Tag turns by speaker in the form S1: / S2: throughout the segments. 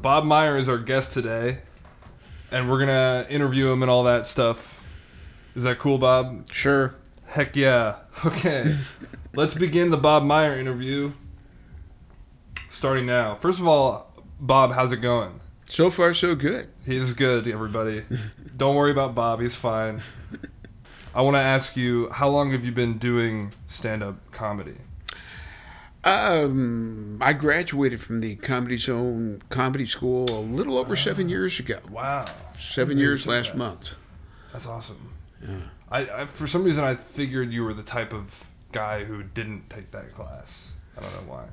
S1: Bob Meyer is our guest today, and we're gonna interview him and all that stuff. Is that cool, Bob?
S2: Sure.
S1: Heck yeah. Okay, let's begin the Bob Meyer interview. Starting now. First of all, Bob, how's it going?
S2: So far, so good.
S1: He's good, everybody. Don't worry about Bob. He's fine. I want to ask you, how long have you been doing stand-up comedy?
S2: Um, I graduated from the Comedy Zone Comedy School a little over seven years ago.
S1: Wow,
S2: Seven
S1: Didn't
S2: years
S1: think
S2: last
S1: that.
S2: month.
S1: that's awesome.
S2: Yeah.
S1: I, I for some reason I figured you were the type of guy who didn't take that class. I don't know why,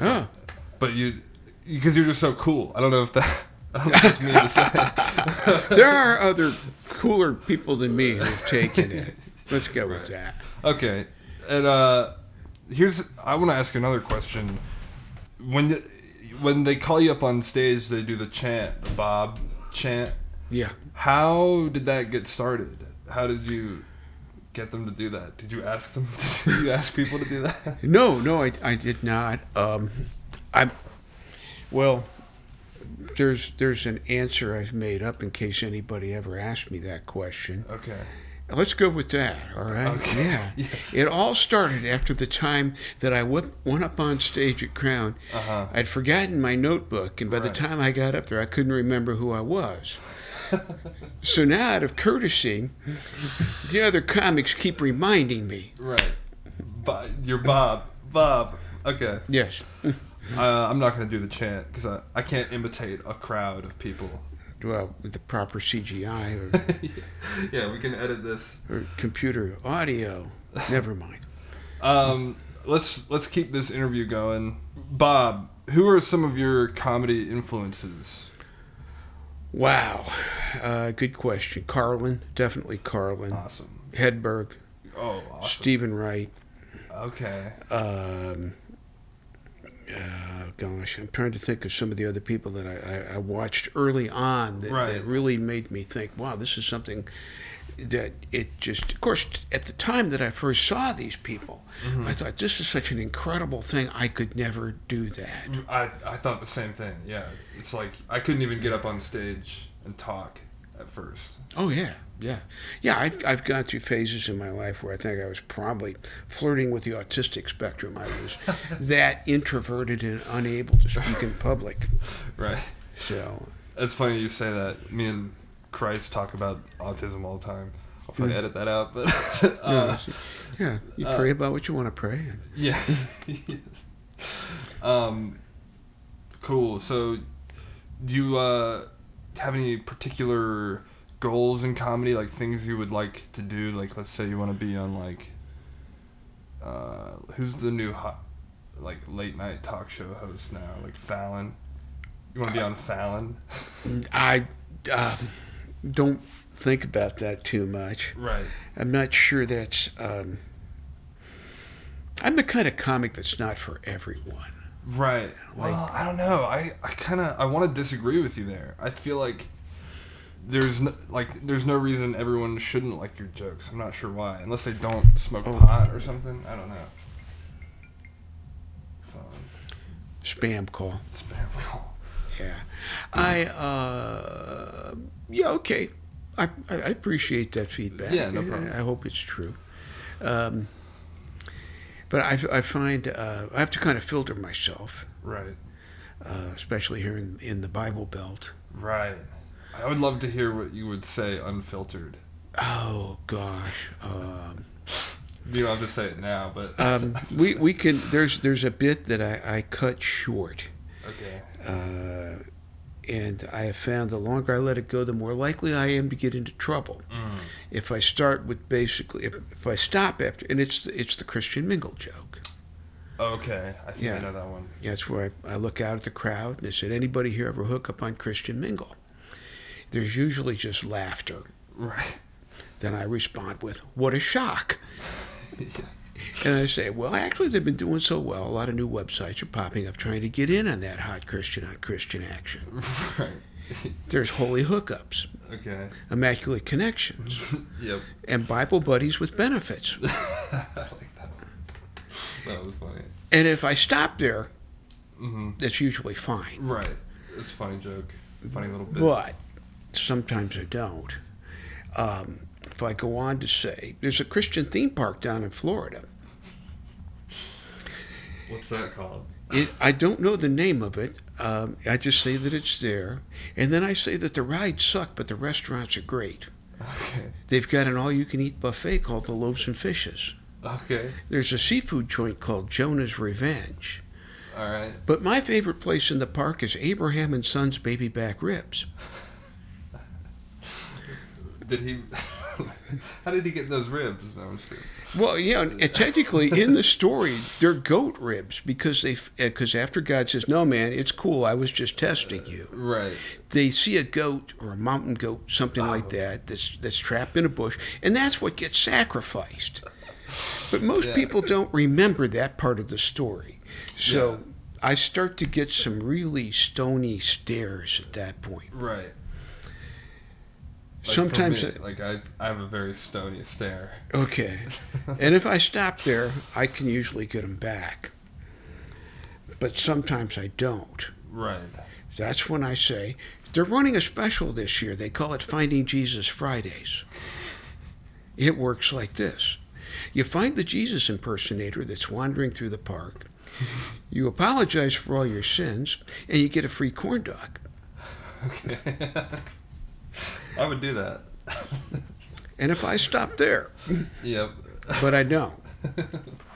S2: Oh,
S1: but you because you're just so cool. I don't know if that. I don't know if that's me to say.
S2: there are other cooler people than me who've taken it. Let's go with that.
S1: Okay, and uh, here's I want to ask another question. When the, when they call you up on stage, they do the chant, the Bob chant.
S2: Yeah.
S1: How did that get started? How did you get them to do that? Did you ask them? Did you ask people to do that?
S2: No, no, I, I did not. Um, I, well, there's there's an answer I've made up in case anybody ever asked me that question.
S1: Okay.
S2: Let's go with that. All right.
S1: Okay.
S2: Yeah.
S1: Yes.
S2: It all started after the time that I went, went up on stage at Crown.
S1: Uh huh.
S2: I'd forgotten my notebook, and by the
S1: Right.
S2: time I got up there, I couldn't remember who I was. so now, out of courtesy, the other comics keep reminding me.
S1: Right. But you're Bob. Bob. Okay.
S2: Yes. Mm.
S1: Uh, I'm not gonna do the chant because I, I can't imitate a crowd of people.
S2: Well, with the proper CGI
S1: yeah, we can edit this.
S2: or, or computer audio. Never mind.
S1: Um, let's let's keep this interview going. Bob, who are some of your comedy influences?
S2: Wow. Uh, good question. Carlin. Definitely Carlin.
S1: Awesome.
S2: Hedberg.
S1: Oh, Uh, awesome.
S2: Stephen Wright.
S1: Okay.
S2: um, uh, gosh, I'm trying to think of some of the other people that I, I, I watched early on that,
S1: Right.
S2: that really made me think, wow, this is something that it just, of course, at the time that I first saw these people, I thought, this is such an incredible thing. I could never do that.
S1: I I thought the same thing. Yeah, it's like I couldn't even get up on stage and talk at first.
S2: Oh, yeah. Yeah, yeah. I've, I've gone through phases in my life where I think I was probably flirting with the autistic spectrum. I was that introverted and unable to speak in public.
S1: Right.
S2: So
S1: It's funny you say that. Me and Christ talk about autism all the time. I'll probably edit that out, but uh,
S2: Yeah, you
S1: Uh,
S2: pray about what you want to pray. and-
S1: yeah. Yes. Um, cool. So, do you uh, have any particular goals in comedy, like things you would like to do? Like, let's say you want to be on like, uh, who's the new hot, like late night talk show host now? Like Fallon. You want to be on Fallon?
S2: I uh, don't think about that too much.
S1: Right.
S2: I'm not sure that's. Um, I'm the kind of comic that's not for everyone.
S1: Right.
S2: Like-
S1: well, I don't know. I, I kind of I want to disagree with you there. I feel like there's no, like there's no reason everyone shouldn't like your jokes. I'm not sure why, unless they don't smoke
S2: Oh.
S1: pot or something. I don't know. Phone
S2: Spam call.
S1: spam call.
S2: Yeah, I. Uh, yeah, okay. I, I I appreciate that feedback.
S1: Yeah, no problem.
S2: I, I hope it's true. Um, but I, I find uh, I have to kind of filter myself,
S1: Right.
S2: uh, especially here in, in the Bible Belt.
S1: Right. I would love to hear what you would say unfiltered.
S2: Oh gosh, um,
S1: You don't have to say it now, but I'm
S2: um,
S1: just
S2: we
S1: saying.
S2: we can. There's there's a bit that I, I cut short,
S1: okay.
S2: uh, and I have found the longer I let it go, the more likely I am to get into trouble.
S1: Mm.
S2: If I start with basically, if, if I stop after, and it's it's the Christian mingle joke.
S1: Okay. I think I
S2: Yeah.
S1: know that one.
S2: That's where I, I look out at the crowd and I said, anybody here ever hook up on Christian mingle? There's usually just laughter.
S1: Right.
S2: Then I respond with, what a shock.
S1: yeah.
S2: And I say, well, actually, they've been doing so well. A lot of new websites are popping up trying to get in on that hot Christian on Christian action.
S1: Right.
S2: There's holy hookups,
S1: Okay.
S2: immaculate connections,
S1: Yep.
S2: and Bible buddies with benefits.
S1: I like that one. That was funny.
S2: And if I stop there,
S1: hmm
S2: that's usually fine.
S1: Right. It's a funny joke. Funny little bit.
S2: but sometimes I don't. Um, if I go on to say, there's a Christian theme park down in Florida.
S1: What's that called?
S2: It, I don't know the name of it. Um, I just say that it's there, and then I say that the rides suck, but the restaurants are great.
S1: Okay.
S2: They've got an all-you-can-eat buffet called the Loaves and Fishes.
S1: Okay.
S2: There's a seafood joint called Jonah's Revenge.
S1: All right.
S2: But my favorite place in the park is Abraham and Son's Baby Back Ribs.
S1: Did he? how did he get those ribs? No, I'm just kidding.
S2: Well, yeah, and technically in the story, they're goat ribs because they because after God says, "No, man, it's cool. I was just testing you."
S1: Right.
S2: They see a goat or a mountain goat, something like
S1: Oh.
S2: that, that's that's trapped in a bush, and that's what gets sacrificed. But most
S1: Yeah.
S2: people don't remember that part of the story, so. I start to get some really stony stares at that point.
S1: Right. Like for
S2: Sometimes,
S1: me, like I, I have a very stony stare.
S2: I- okay. And if I stop there, I can usually get them back. But sometimes I don't.
S1: right.
S2: That's when I say, they're running a special this year. They call it Finding Jesus Fridays. It works like this you find the Jesus impersonator that's wandering through the park, you apologize for all your sins, and you get a free corn dog.
S1: Okay. I would do that.
S2: And if I stop there,
S1: yep.
S2: but I don't.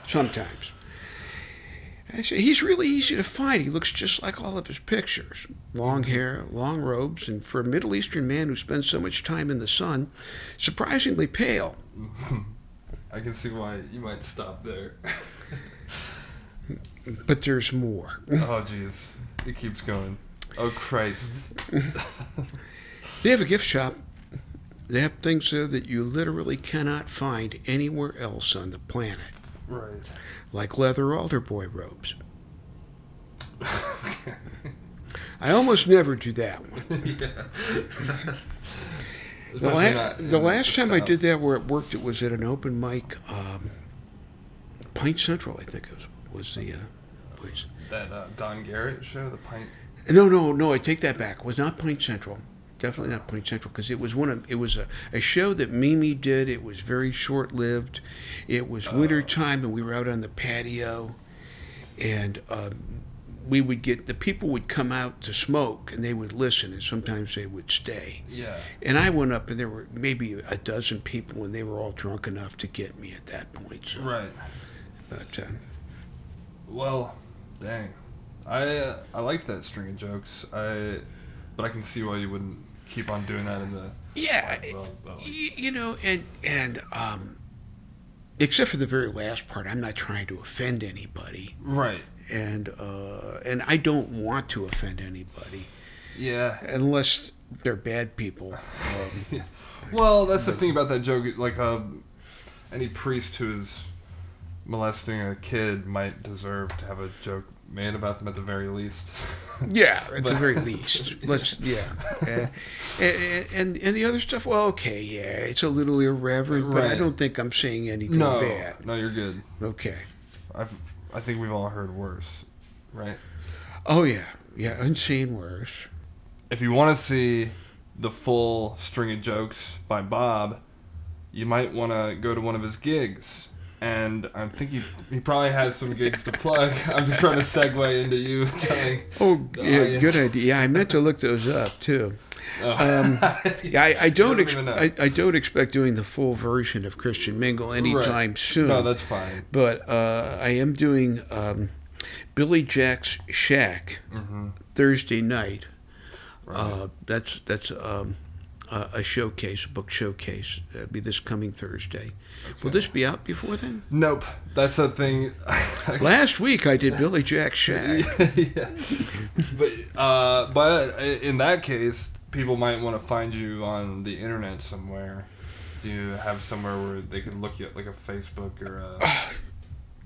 S2: Sometimes. I say, he's really easy to find. He looks just like all of his pictures. Long hair, long robes, and for a Middle Eastern man who spends so much time in the sun, surprisingly pale.
S1: I can see why you might stop there.
S2: But there's more.
S1: oh jeez, it keeps going. Oh Christ.
S2: They have a gift shop. They have things there that you literally cannot find anywhere else on the planet,
S1: right.
S2: like leather altar boy robes.
S1: Okay.
S2: I almost never do that one.
S1: yeah.
S2: The, la- the last time I did that where it worked, it was at an open mic, um, Pint Central, I think it was, was the uh, place.
S1: that uh, Don Garrett show, the pint.
S2: No, no, no, I take that back. It was not Pint Central. Definitely not Pint Central because it was one of it was a, a show that Mimi did. It was very short lived. It was winter time and we were out on the patio, and um, we would get the people would come out to smoke and they would listen and sometimes they would stay.
S1: Yeah.
S2: And I went up, and there were maybe a dozen people, and they were all drunk enough to get me at that point. So,
S1: Right.
S2: But um,
S1: Well, dang. I uh, I liked that string of jokes. I, but I can see why you wouldn't keep on doing that in the.
S2: yeah,
S1: Well, well.
S2: y- you know, and and um, except for the very last part, I'm not trying to offend anybody,
S1: Right.
S2: and uh, and I don't want to offend anybody
S1: Yeah.
S2: unless they're bad people. Um,
S1: Well, that's the thing about that joke. Like, um, any priest who is molesting a kid might deserve to have a joke made about them at the very least.
S2: Yeah, at the
S1: But-
S2: very least. Let's yeah, uh, and, and and the other stuff. Well, okay, yeah, it's a little irreverent, but I
S1: Right.
S2: don't think I'm saying anything
S1: no,
S2: bad.
S1: no, you're good.
S2: Okay.
S1: I've, I think we've all heard worse, right?
S2: Oh yeah, yeah, unseen worse.
S1: if you want to see the full string of jokes by Bob, you might want to go to one of his gigs. And I think he, he probably has some gigs to plug. I'm just trying to segue into you telling.
S2: Oh
S1: The
S2: yeah,
S1: audience.
S2: good idea. Yeah, I meant to look those up too.
S1: Oh.
S2: Um, Yeah, I, I don't.
S1: doesn't
S2: Ex-
S1: even know.
S2: I, I don't expect doing the full version of Christian Mingle anytime soon.
S1: No, that's fine.
S2: but uh, I am doing um, Billy Jack's Shack
S1: Mm-hmm.
S2: Thursday night.
S1: Right.
S2: Uh, that's that's um, a, a showcase, a book showcase. That'd be this coming Thursday. Will this be out before then?
S1: nope, that's a thing.
S2: Last week I did Billy Jack Shack.
S1: yeah. But uh, but i- in that case, people might want to find you on the internet somewhere. Do you have somewhere where they could look you up, like a Facebook or a?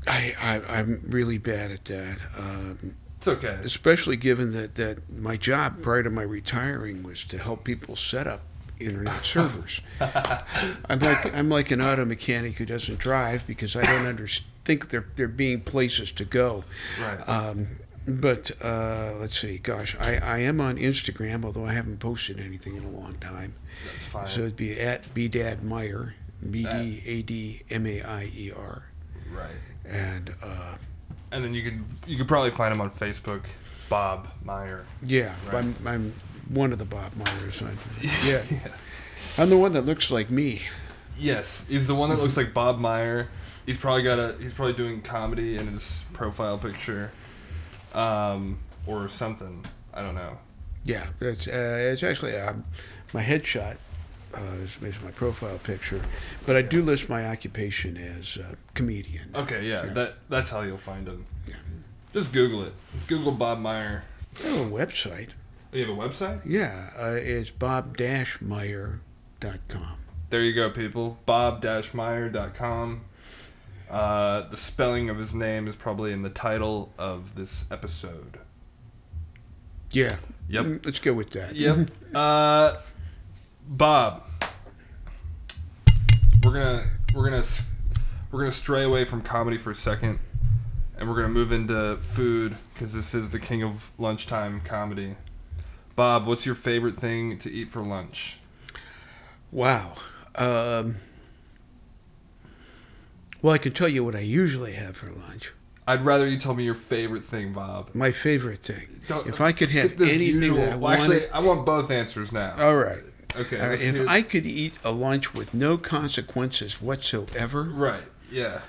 S2: I, I I'm really bad at that, um,
S1: It's okay.
S2: especially given that that my job prior to my retiring was to help people set up internet servers. I'm like I'm like an auto mechanic who doesn't drive because I don't under, think there there being places to go.
S1: Right.
S2: Um, But uh, let's see. Gosh, I, I am on Instagram, although I haven't posted anything in a long time.
S1: That's fine.
S2: So it'd be at bdad Meyer, B D A D M A I E R,
S1: right.
S2: and uh,
S1: And then you could you could probably find him on Facebook, Bob Meyer.
S2: yeah,
S1: Right.
S2: I'm I'm one of the Bob Myers. I'm, yeah, I'm the one that looks like me.
S1: Yes, he's the one that looks like Bob Meyer. He's probably got a he's probably doing comedy in his profile picture, um, or something. I don't know.
S2: Yeah, it's uh, it's actually um, my headshot uh, is, is my profile picture, but I do list my occupation as uh, comedian.
S1: Okay, yeah,
S2: Yeah.
S1: that that's how you'll find him.
S2: Yeah.
S1: Just Google it. Google Bob Meyer.
S2: I have a website.
S1: Oh, you have a website?
S2: Yeah, uh, it's bob-meyer.com.
S1: There you go, people. Bob-Meyer.com. Uh, the spelling of his name is probably in the title of this episode.
S2: Yeah.
S1: Yep.
S2: Mm, Let's go with that.
S1: Yep. Uh, Bob, we're gonna we're gonna s- we're gonna stray away from comedy for a second, and we're gonna move into food because this is the king of lunchtime comedy. Bob, what's your favorite thing to eat for lunch?
S2: Wow. Um, well, I can tell you what I usually have for lunch.
S1: I'd rather you tell me your favorite thing, Bob.
S2: My favorite thing.
S1: Don't-
S2: If I could
S1: Get
S2: have
S1: this
S2: anything
S1: usual-
S2: that I
S1: well,
S2: wanted.
S1: actually, I want both answers now.
S2: all right.
S1: Okay.
S2: All right,
S1: let's
S2: If
S1: hear-
S2: I could eat a lunch with no consequences whatsoever,
S1: right, yeah,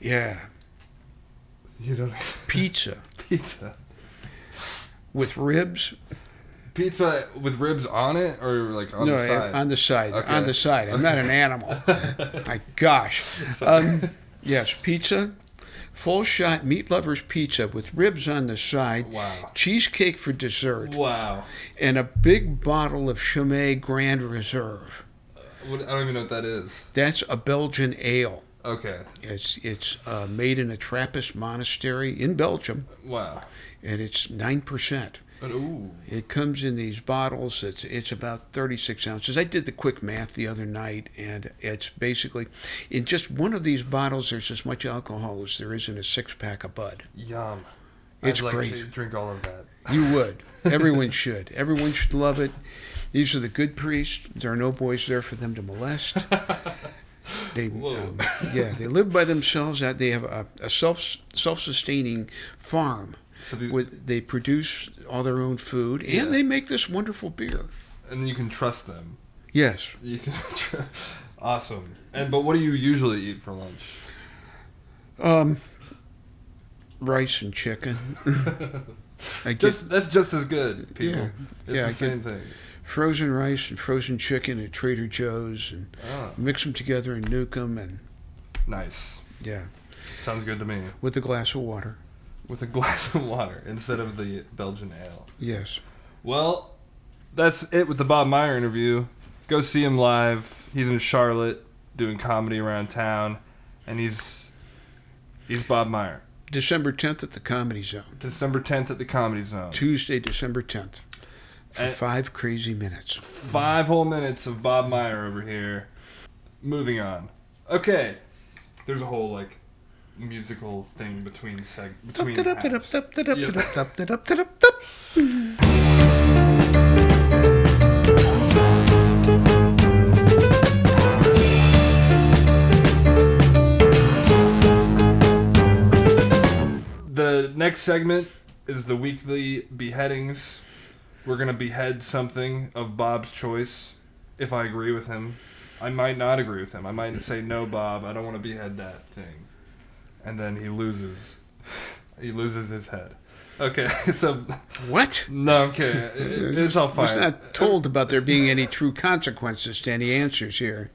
S2: yeah,
S1: you don't
S2: pizza
S1: pizza.
S2: with ribs.
S1: Pizza with ribs on it, or like on
S2: no, eh,
S1: the side.
S2: on the side.
S1: Okay.
S2: On the side. I'm not an animal. My gosh. Um, yes, pizza, full shot meat lovers pizza with ribs on the side,
S1: Wow.
S2: cheesecake for dessert,
S1: Wow.
S2: and a big bottle of Chimay Grand Reserve.
S1: What, I don't even know what that is.
S2: That's a Belgian ale.
S1: Okay.
S2: It's it's uh, made in a Trappist monastery in Belgium,
S1: Wow.
S2: and it's nine percent.
S1: But, ooh.
S2: It comes in these bottles. It's it's about 36 ounces. I did the quick math the other night, and it's basically in just one of these bottles. There's as much alcohol as there is in a six pack of Bud.
S1: Yum.
S2: It's
S1: I'd like
S2: great.
S1: to drink all of that.
S2: You would. Everyone should. Everyone should love it. These are the good priests. There are no boys there for them to molest. They,
S1: Whoa.
S2: um, yeah, they live by themselves. Out they have a, a self self sustaining farm.
S1: So do,
S2: Where they produce all their own food, and
S1: Yeah.
S2: they make this wonderful beer.
S1: and you can trust them.
S2: Yes.
S1: You can. tr- awesome. And but what do you usually eat for lunch?
S2: Um, rice and chicken. I get
S1: Just that's just as good, people.
S2: Yeah.
S1: It's
S2: Yeah, I
S1: the
S2: get-
S1: same thing.
S2: frozen rice and frozen chicken at Trader Joe's and
S1: Oh,
S2: mix them together and nuke them and
S1: nice.
S2: yeah,
S1: Sounds good to me.
S2: with a glass of water.
S1: With a glass of water instead of the Belgian ale.
S2: Yes.
S1: Well, that's it with the Bob Meyer interview. Go see him live. He's in Charlotte doing comedy around town, and he's he's Bob Meyer.
S2: December 10th at the Comedy Zone.
S1: December tenth at the Comedy Zone.
S2: Tuesday, December 10th. For
S1: And-
S2: five crazy minutes.
S1: Five whole minutes of Bob Meyer over here. Moving on. Okay, there's a whole like musical thing between seg between. halves.
S2: Hey,
S1: The next segment is the weekly beheadings. We're gonna behead something of Bob's choice. If I agree with him, I might not agree with him. I might say no, Bob. I don't want to behead that thing. And then he loses. He loses his head. Okay, so
S2: What?
S1: no, I'm kidding. It- it- it's all
S2: I was
S1: fine.
S2: not told about there being any true consequences to any answers here.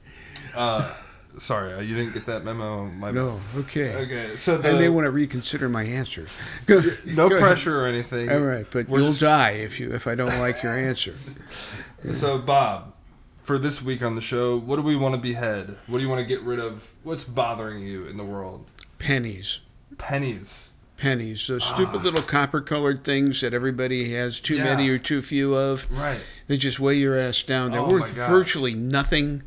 S1: Uh, sorry, you didn't get that memo. My
S2: No, okay.
S1: Okay, so
S2: I may
S1: the,
S2: want to reconsider my answer. Go-
S1: no
S2: go ahead.
S1: pressure or anything.
S2: All right, but
S1: We're
S2: you'll
S1: just-
S2: die if you if I don't like your answer.
S1: So, Bob, for this week on the show, what do we want to behead? What do you want to get rid of? What's bothering you in the world?
S2: Pennies,
S1: Pennies.
S2: pennies, those stupid
S1: Ah.
S2: little copper-colored things that everybody has too many
S1: Yeah.
S2: or too few of.
S1: Right.
S2: They just weigh your ass down. They're
S1: Oh,
S2: worth
S1: my gosh.
S2: virtually nothing.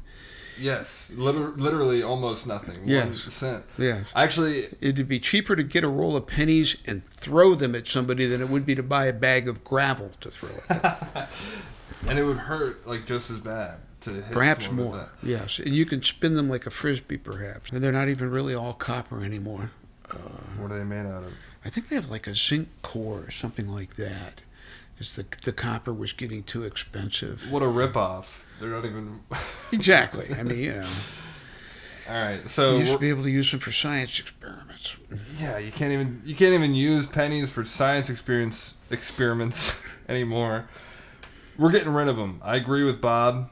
S1: Yes, liter- literally almost nothing.
S2: Yes.
S1: 1%.
S2: Yes.
S1: Actually,
S2: It'd be cheaper to get a roll of pennies and throw them at somebody than it would be to buy a bag of gravel to throw at them.
S1: and it would hurt like just as bad to hit
S2: Perhaps
S1: someone with
S2: more.
S1: that.
S2: Yes. And you can spin them like a frisbee, perhaps. And they're not even really all copper anymore.
S1: What are they made out of?
S2: I think they have like a zinc core or something like that. Because the, the copper was getting too expensive.
S1: What a ripoff! They're not even.
S2: Exactly. I mean, you know,
S1: All right, so
S2: you used to
S1: we're-
S2: be able to use them for science experiments.
S1: yeah, you can't even you can't even use pennies for science experience experiments anymore. We're getting rid of them. I agree with Bob.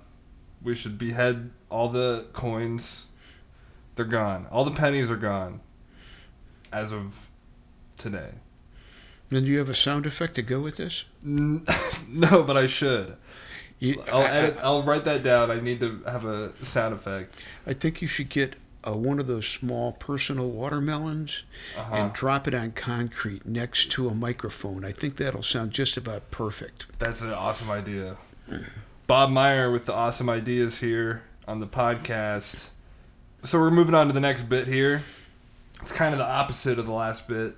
S1: We should behead all the coins. They're gone. All the pennies are gone. As of today.
S2: And do you have a sound effect to go with this?
S1: N- no, but I should.
S2: You,
S1: I'll
S2: I- I-
S1: edit, I'll write that down. I need to have a sound effect.
S2: I think you should get uh, one of those small personal watermelons
S1: Uh-huh.
S2: and drop it on concrete next to a microphone. I think that'll sound just about perfect.
S1: That's an awesome idea. Bob Meyer with the awesome ideas here on the podcast. So we're moving on to the next bit here. It's kind of the opposite of the last bit.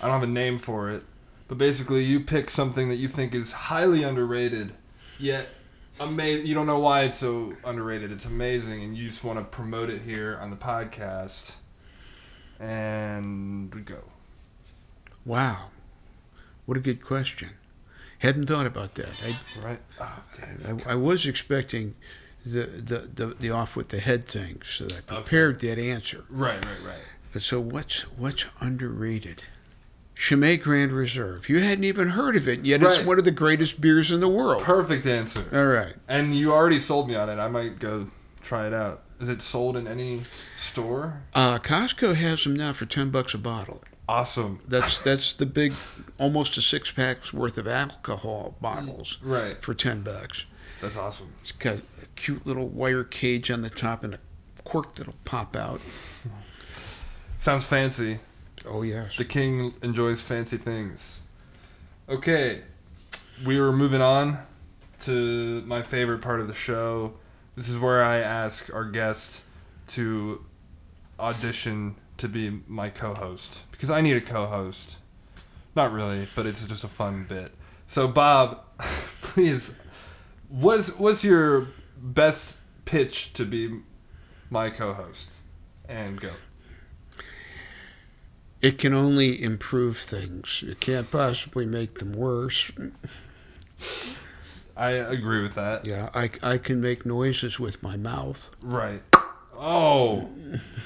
S1: I don't have a name for it, but basically you pick something that you think is highly underrated, yet amazing. You don't know why it's so underrated. It's amazing, and you just want to promote it here on the podcast. And we go.
S2: Wow. What a good question. Hadn't thought about that. I,
S1: Right. Oh, damn.
S2: I, I was expecting the, the, the, the off with the head thing, so I prepared that answer.
S1: Right. Right. Right.
S2: But so what's what's underrated? Chimay Grand Reserve. You hadn't even heard of it, yet
S1: Right.
S2: it's one of the greatest beers in the world.
S1: Perfect answer.
S2: All right.
S1: And you already sold me on it. I might go try it out. Is it sold in any store?
S2: Uh, Costco has them now for ten bucks a bottle.
S1: Awesome.
S2: That's that's the big, almost a six packs worth of alcohol bottles
S1: Right.
S2: for ten bucks.
S1: That's awesome.
S2: It's got a cute little wire cage on the top and a cork that'll pop out.
S1: Sounds fancy.
S2: Oh yes.
S1: The king enjoys fancy things. Okay. We were moving on to my favorite part of the show. This is where I ask our guest to audition to be my co host. Because I need a co host. Not really, but it's just a fun bit. So, Bob, please, what's, what's your best pitch to be my co host? And go.
S2: It can only improve things. It can't possibly make them worse.
S1: I agree with that.
S2: Yeah, I, I can make noises with my mouth.
S1: Right. Oh,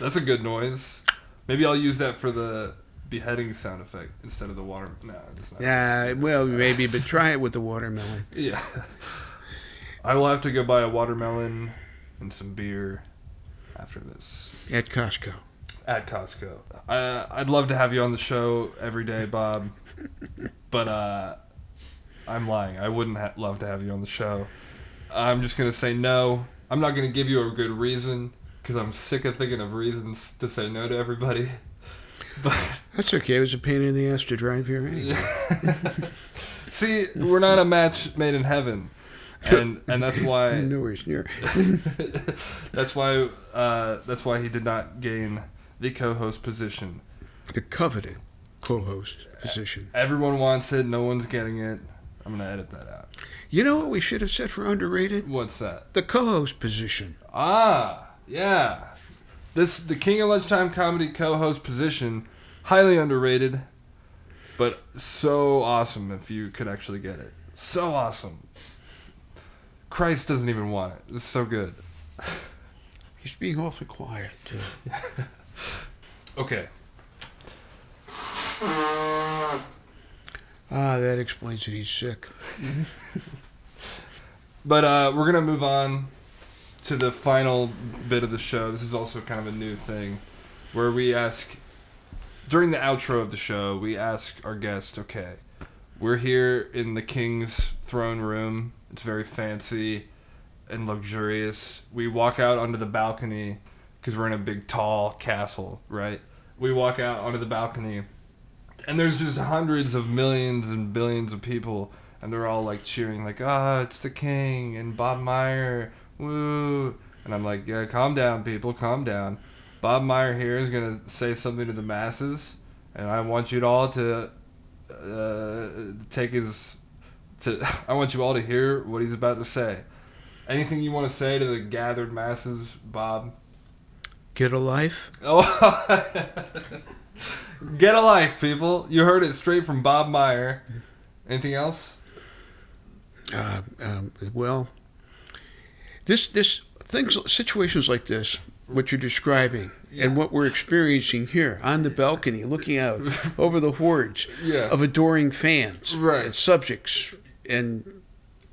S1: that's a good noise. Maybe I'll use that for the beheading sound effect instead of the water. No, it's not.
S2: Yeah, well, maybe, but try it with the watermelon.
S1: Yeah. I will have to go buy a watermelon and some beer after this
S2: At Costco.
S1: at Costco. I, I'd love to have you on the show every day, Bob, but uh, I'm lying. I wouldn't ha- love to have you on the show. I'm just gonna say no. I'm not gonna give you a good reason because I'm sick of thinking of reasons to say no to everybody. But
S2: That's okay. It was a pain in the ass to drive here anyway.
S1: see, we're not a match made in heaven, and and that's why
S2: Nowhere near.
S1: that's why uh, that's why he did not gain the co-host position.
S2: The coveted co-host position.
S1: Everyone wants it. No one's getting it. I'm gonna edit that out.
S2: You know what we should have said for underrated?
S1: What's that?
S2: The co-host position.
S1: Ah, yeah. This the King of Lunchtime Comedy co-host position, highly underrated, but so awesome if you could actually get it. So awesome. Christ doesn't even want it. It's so good.
S2: He's being awfully quiet. Too.
S1: Okay.
S2: Ah, that explains that he's sick.
S1: But uh, we're gonna move on to the final bit of the show. This is also kind of a new thing, where we ask during the outro of the show, we ask our guest, okay, we're here in the king's throne room. It's very fancy and luxurious. We walk out onto the balcony because we're in a big tall castle, right? We walk out onto the balcony, and there's just hundreds of millions and billions of people and they're all like cheering, like, ah, it's the king and Bob Meyer, woo. And I'm like, yeah, calm down, people, calm down. Bob Meyer here is going to say something to the masses, and I want you all to uh, take his. To, I want you all to hear what he's about to say. Anything you want to say to the gathered masses, Bob?
S2: Get a life.
S1: Oh, get a life, people! You heard it straight from Bob Meyer. Anything else?
S2: Uh, um, well, this this things situations like this, what you're describing, and what we're experiencing here on the balcony, looking out over the hordes
S1: Yeah.
S2: of adoring fans,
S1: Right.
S2: and subjects, and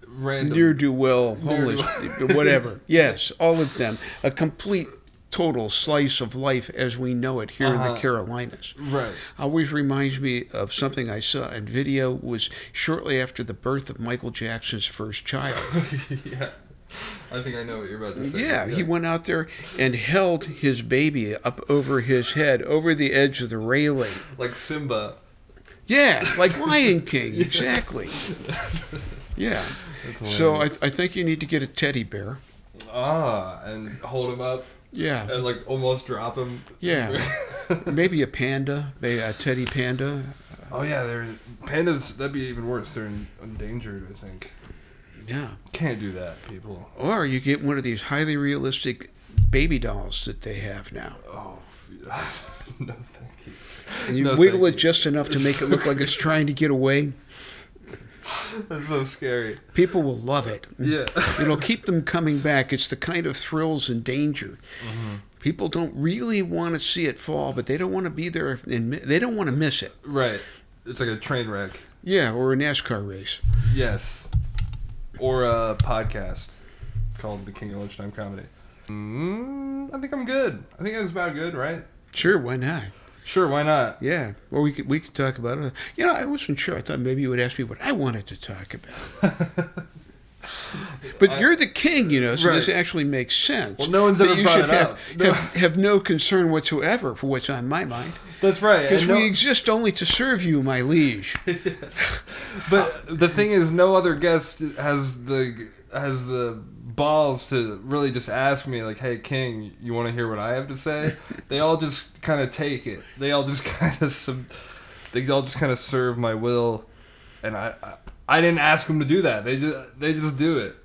S1: Random.
S2: near do well, homeless,
S1: Ne'er-do-well.
S2: whatever. Yes, all of them. A complete, total slice of life as we know it here in
S1: Uh-huh.
S2: the Carolinas.
S1: right.
S2: always reminds me of something I saw in video was shortly after the birth of Michael Jackson's first child.
S1: yeah. I think I know what you're about to say.
S2: yeah, he went out there and held his baby up over his head, over the edge of the railing.
S1: like Simba.
S2: Yeah, like Lion King, exactly. Yeah. So I, I think you need to get a teddy bear.
S1: Ah, and hold him up
S2: Yeah,
S1: and like almost drop him.
S2: Yeah. maybe a panda, maybe a teddy panda.
S1: oh yeah, they're pandas. That'd be even worse. They're en- endangered. I think.
S2: Yeah.
S1: Can't do that, people.
S2: Or you get one of these highly realistic baby dolls that they have now.
S1: Oh, no, thank you.
S2: And you
S1: No,
S2: wiggle it
S1: thank
S2: just enough to make it look like it's trying to get away.
S1: That's so scary.
S2: People will love it.
S1: Yeah.
S2: It'll keep them coming back. It's the kind of thrills and danger.
S1: Mm-hmm.
S2: People don't really want to see it fall, but they don't want to be there. if- And mi- they don't want to miss it.
S1: right. It's like a train wreck.
S2: Yeah, or a NASCAR race.
S1: Yes. Or a podcast called The King of Lunchtime Comedy. Mm, I think I'm good. I think I was about good, right?
S2: Sure, why not?
S1: Sure, why not?
S2: Yeah. Or we could we could talk about it. You know, I wasn't sure. I thought maybe you would ask me what I wanted to talk about. But
S1: I-
S2: you're the king, you know, so this
S1: Right.
S2: actually makes sense.
S1: Well, no one's
S2: that
S1: ever
S2: you
S1: brought
S2: should
S1: it
S2: have,
S1: up. No.
S2: Have, have no concern whatsoever for what's on my mind.
S1: That's right.
S2: Because
S1: and no-
S2: we exist only to serve you, my liege.
S1: but the thing is, no other guest has the has the balls to really just ask me like, "Hey, King, you want to hear what I have to say?" they all just kind of take it. They all just kind of sub. They all just kind of serve my will, and I, I I didn't ask them to do that. They just they just do it.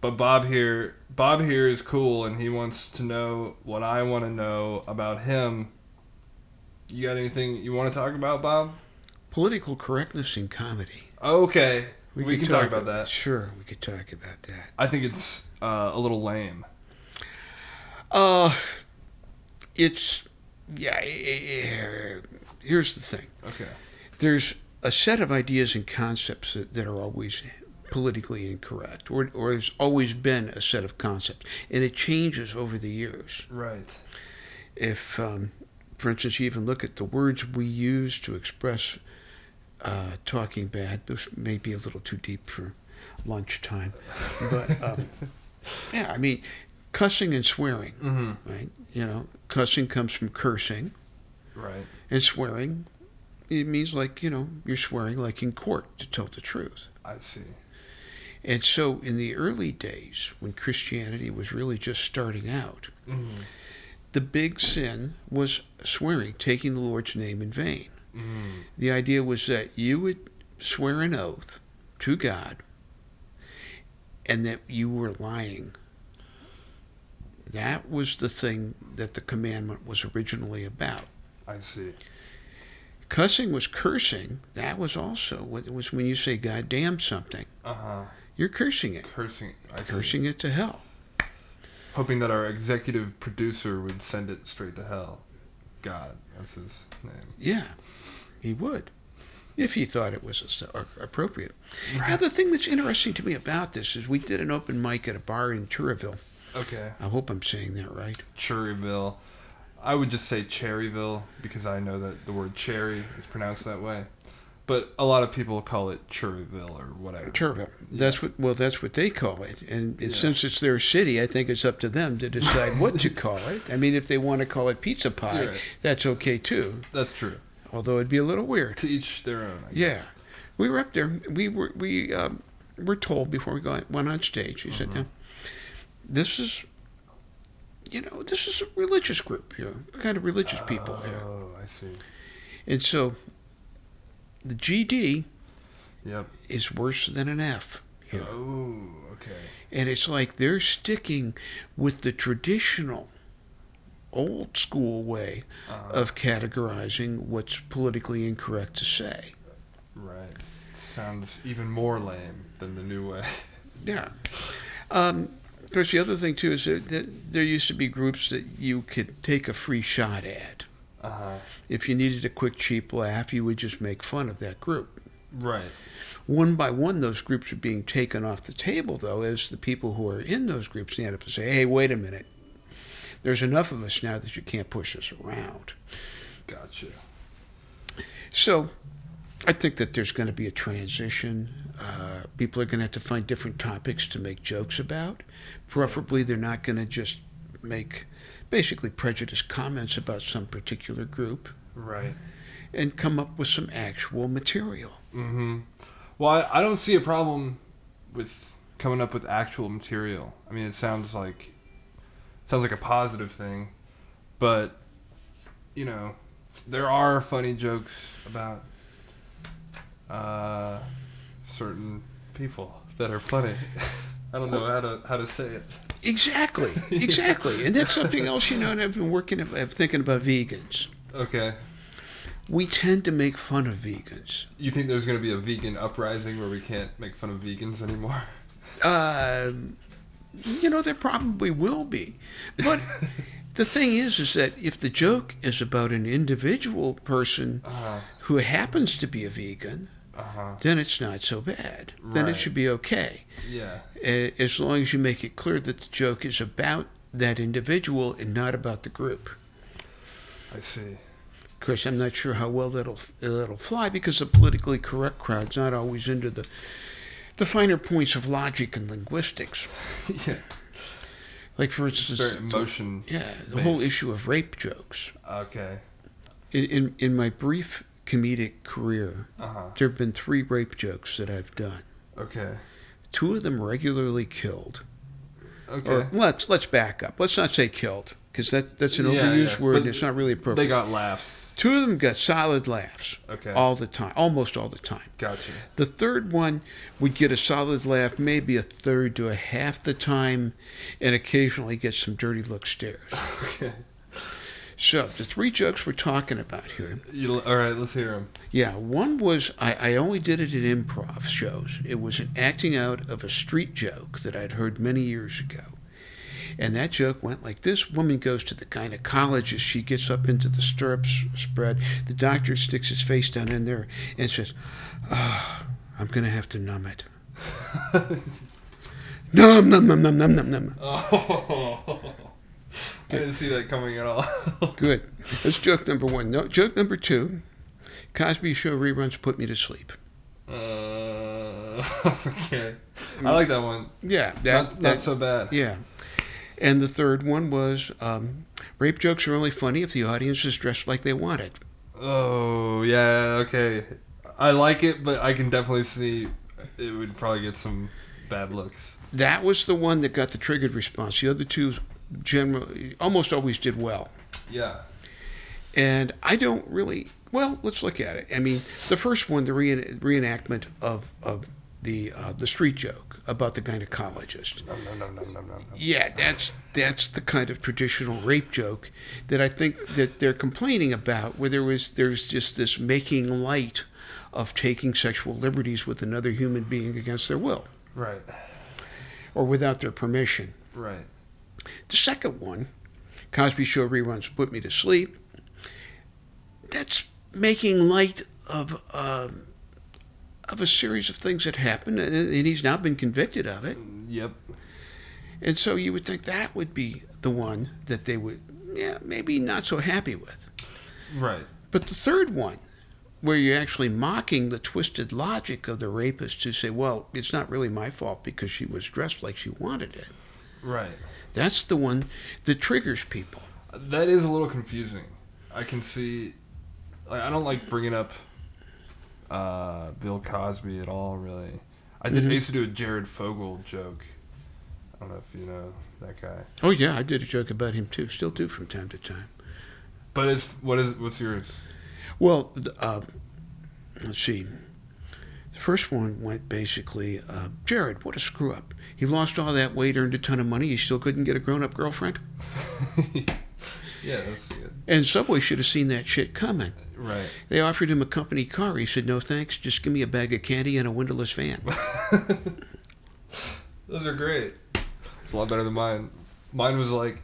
S1: But Bob here, Bob here is cool, and he wants to know what I want to know about him. You got anything you want to talk about, Bob?
S2: Political correctness in comedy.
S1: Okay, we, can talk, about that.
S2: Sure, we could talk about that.
S1: I think it's uh, a little lame.
S2: Uh, it's yeah. eh, eh, Here's the thing.
S1: Okay.
S2: There's a set of ideas and concepts that, that are always politically incorrect, or or there's always been a set of concepts, and it changes over the years.
S1: Right.
S2: if, um, for instance, you even look at the words we use to express uh, talking bad, this may be a little too deep for lunchtime, but um, yeah, I mean, cussing and swearing,
S1: Mm-hmm.
S2: right? You know, cussing comes from cursing,
S1: Right.
S2: and swearing, it means like, you know, you're swearing like in court to tell the truth.
S1: I see.
S2: And so in the early days, when Christianity was really just starting out,
S1: hmm
S2: the big sin was swearing, taking the Lord's name in vain.
S1: mm
S2: The idea was that you would swear an oath to God and that you were lying. That was the thing that the commandment was originally about.
S1: I see.
S2: Cussing was cursing. That was also what was when you say God damn something.
S1: Uh huh.
S2: You're cursing it.
S1: Cursing. I see.
S2: Cursing it to hell.
S1: Hoping that our executive producer would send it straight to hell. God, that's his name.
S2: Yeah, he would, if he thought it was as- uh, appropriate. Now, the thing that's interesting to me about this is we did an open mic at a bar in Turreville.
S1: Okay.
S2: I hope I'm saying that right.
S1: Cherryville. I would just say Cherryville because I know that the word cherry is pronounced that way. But a lot of people call it Cherryville or whatever.
S2: Turreville. That's what. Well, that's what they call it. And it-
S1: Yeah.
S2: since it's their city, I think it's up to them to decide what to call it. I mean, if they want to call it pizza pie,
S1: You're right.
S2: that's okay too.
S1: That's true.
S2: Although it'd be a little weird.
S1: To each their own. I guess.
S2: Yeah, we were up there. We were we um, were told before we got, went on stage. He said, now, this is, you know, this is a religious group here, kind of religious people here.
S1: Oh, I see.
S2: And so the GD
S1: Yep.
S2: is worse than an F here.
S1: Oh, okay.
S2: And it's like they're sticking with the traditional, old school way
S1: Uh,
S2: of categorizing what's politically incorrect to say.
S1: right. Sounds even more lame than the new way.
S2: Yeah. Um, of course, the other thing too is that that there used to be groups that you could take a free shot at.
S1: Uh huh.
S2: If you needed a quick, cheap laugh, you would just make fun of that group.
S1: Right.
S2: One by one, those groups are being taken off the table, though, as the people who are in those groups stand up and say, hey, wait a minute. There's enough of us now that you can't push us around.
S1: Gotcha.
S2: So I think that there's going to be a transition. Uh, people are going to have to find different topics to make jokes about. Preferably, they're not going to just make basically prejudiced comments about some particular group
S1: Right.
S2: and come up with some actual material.
S1: Mm-hmm. Well, I, I don't see a problem with coming up with actual material. I mean, it sounds like sounds like a positive thing, but you know, there are funny jokes about uh, certain people that are funny. I don't know how to how to say it.
S2: Exactly, exactly. and that's something else, you know, and I've been working, I'm thinking about vegans.
S1: Okay,
S2: We tend to make fun of vegans.
S1: you think there's gonna be a vegan uprising where we can't make fun of vegans anymore?
S2: uh, you know, there probably will be. But the thing is, is that if the joke is about an individual person
S1: Uh
S2: who happens to be a vegan,
S1: huh. Uh-huh.
S2: then it's not so bad. Then it
S1: Right.
S2: should be okay.
S1: Yeah.
S2: A- As long as you make it clear that the joke is about that individual and not about the group.
S1: I see.
S2: Of course, I'm not sure how well that'll that'll fly because the politically correct crowd's not always into the the finer points of logic and linguistics.
S1: yeah.
S2: Like, for instance,
S1: Very
S2: the-
S1: emotion
S2: Yeah, the whole
S1: Base.
S2: issue of rape jokes.
S1: Okay.
S2: In, in in my brief comedic career,
S1: Uh huh.
S2: there have been three rape jokes that I've done.
S1: Okay.
S2: Two of them regularly killed.
S1: Okay.
S2: Or let's let's back up. Let's not say killed because that that's an
S1: Yeah,
S2: overused
S1: yeah.
S2: word.
S1: But
S2: and It's not really appropriate.
S1: they got laughs.
S2: Two of them got solid laughs
S1: Okay.
S2: all the time, almost all the time.
S1: gotcha.
S2: The third one would get a solid laugh, maybe a third to a half the time, and occasionally get some dirty look stares.
S1: Okay.
S2: So the three jokes we're talking about here.
S1: You, all right. Let's hear them.
S2: Yeah, one was I, I only did it in improv shows. It was an acting out of a street joke that I'd heard many years ago. And that joke went like this woman goes to the gynecologist, she gets up into the stirrups spread. The doctor sticks his face down in there and says, oh, I'm gonna have to numb it. Num num num num num num num.
S1: Oh. I didn't see that coming at all.
S2: Good. That's joke number one. No joke number two. Cosby show reruns put me to sleep.
S1: uh, okay. I like that one.
S2: Yeah, that,
S1: not,
S2: that
S1: not so bad.
S2: Yeah. And the third one was um, rape jokes are only funny if the audience is dressed like they want it.
S1: Oh yeah. Okay. I like it, but I can definitely see it would probably get some bad looks.
S2: That was the one that got the triggered response. The other two generally, almost always did well.
S1: Yeah.
S2: And I don't really, well, let's look at it. I mean, the first one, the reen- reenactment of, of the, uh, the street joke about the gynecologist.
S1: No. No. No. No. No. No. no.
S2: Yeah, that's that's the kind of traditional rape joke that I think that they're complaining about, where there was there's just this making light of taking sexual liberties with another human being against their will
S1: Right.
S2: or without their permission.
S1: Right.
S2: The second one, Cosby Show reruns put me to sleep. That's making light of um, of a series of things that happened, and, and he's now been convicted of it.
S1: Yep.
S2: And so you would think that would be the one that they would, yeah, maybe not so happy with.
S1: Right.
S2: But the third one, where you're actually mocking the twisted logic of the rapist to say, well, it's not really my fault because she was dressed like she wanted it,
S1: Right.
S2: that's the one that triggers people.
S1: That is a little confusing. I can see. Like, I don't like bringing up uh, Bill Cosby at all, really. I, did, I used to do a Jared Fogle joke. I don't know if you know that guy.
S2: Oh yeah, I did a joke about him too. Still do from time to time.
S1: But it's what is what's yours?
S2: Well, th- uh, let's see. The first one went basically, uh, Jared, what a screw up. He lost all that weight, earned a ton of money. He still couldn't get a grown up girlfriend.
S1: yeah, that's good.
S2: And Subway should have seen that shit coming.
S1: Right.
S2: They offered him a company car. He said, no thanks. Just give me a bag of candy and a windowless van.
S1: Those are great. It's a lot better than mine. Mine was like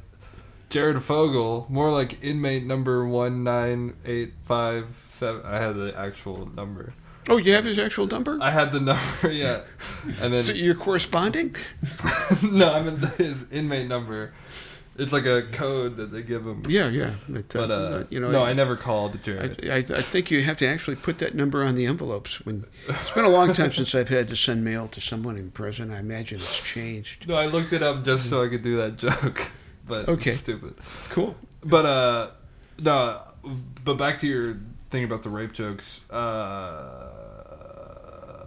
S1: Jared Fogle, more like inmate number one nine eight five seven. I had the actual number.
S2: oh, you have his actual number?
S1: I had the number, yeah. And then
S2: So you're corresponding?
S1: no, I mean his inmate number. It's like a code that they give him.
S2: Yeah, yeah. But,
S1: But uh,
S2: you know,
S1: no,
S2: I-
S1: I never called Jared.
S2: I, I, I think you have to actually put that number on the envelopes. When it's been a long time since I've had to send mail to someone in prison. I imagine it's changed.
S1: No, I looked it up just so I could do that joke, but
S2: Okay.
S1: it's stupid.
S2: Cool.
S1: But uh, no. But back to your thing about the rape jokes. Uh,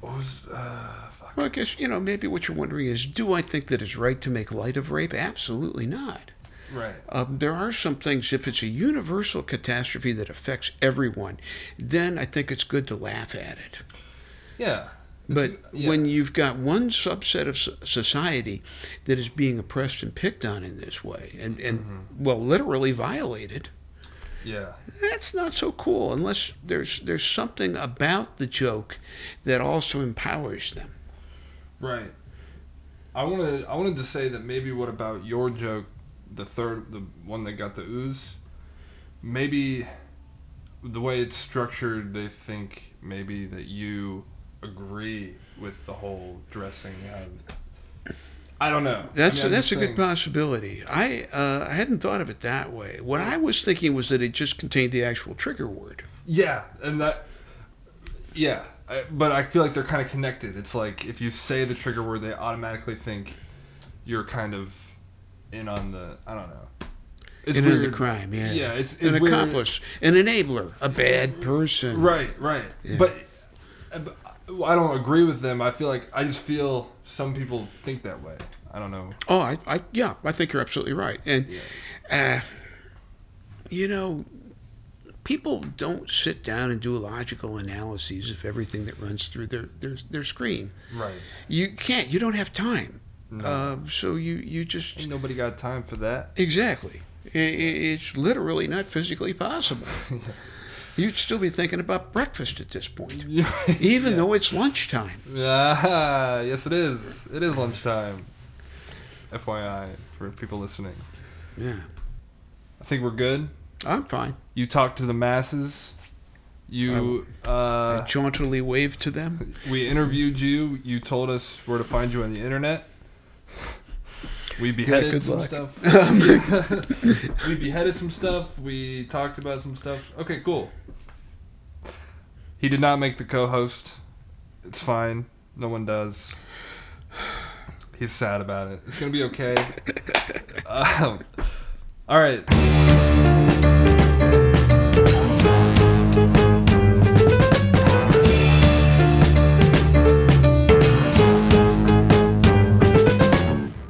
S1: what was uh, fuck?
S2: Well, I guess you know maybe what you're wondering is, do I think that it's right to make light of rape? Absolutely not.
S1: Right.
S2: Um, there are some things. If it's a universal catastrophe that affects everyone, then I think it's good to laugh at it.
S1: Yeah.
S2: But
S1: It's- yeah.
S2: when you've got one subset of so- society that is being oppressed and picked on in this way, and, and well, literally violated,
S1: yeah.
S2: that's not so cool unless there's there's something about the joke that also empowers them.
S1: Right. I wanted I wanted to say that maybe what about your joke, the third the one that got the ooze, maybe the way it's structured, they think maybe that you agree with the whole dressing. Out. I don't know.
S2: That's
S1: I mean, I'm
S2: that's
S1: just
S2: a
S1: saying-
S2: good possibility. I uh, I hadn't thought of it that way. What I was thinking was that it just contained the actual trigger word.
S1: Yeah, and that. Yeah, I, but I feel like they're kind of connected. It's like if you say the trigger word, they automatically think you're kind of in on the. I don't know. It's
S2: in
S1: weird.
S2: the crime, yeah.
S1: Yeah, it's, it's
S2: an
S1: weird.
S2: accomplice, an enabler, a bad person.
S1: Right, right.
S2: Yeah.
S1: But, but I don't agree with them. I feel like I just feel some people think that way. I don't know.
S2: Oh, I, I yeah, I think you're absolutely right. And uh, you know, people don't sit down and do logical analyses of everything that runs through their their, their screen.
S1: Right.
S2: You can't. You don't have time.
S1: No.
S2: Uh, so you you just
S1: Ain't nobody got time for that.
S2: exactly. I- i- it's literally not physically possible. You'd still be thinking about breakfast at this point, even
S1: Even
S2: though it's lunchtime.
S1: Ah, yes, it is. It is lunchtime. FYI for people listening.
S2: Yeah,
S1: I think we're good.
S2: I'm fine.
S1: You talk to the masses. You
S2: I
S1: uh,
S2: jauntily wave to them.
S1: we interviewed you. You told us where to find you on the internet. We beheaded
S2: good
S1: some
S2: luck.
S1: stuff. we beheaded some stuff. We talked about some stuff. Okay, cool. He did not make the co-host. It's fine. No one does. He's sad about it. It's gonna be okay. um, all right.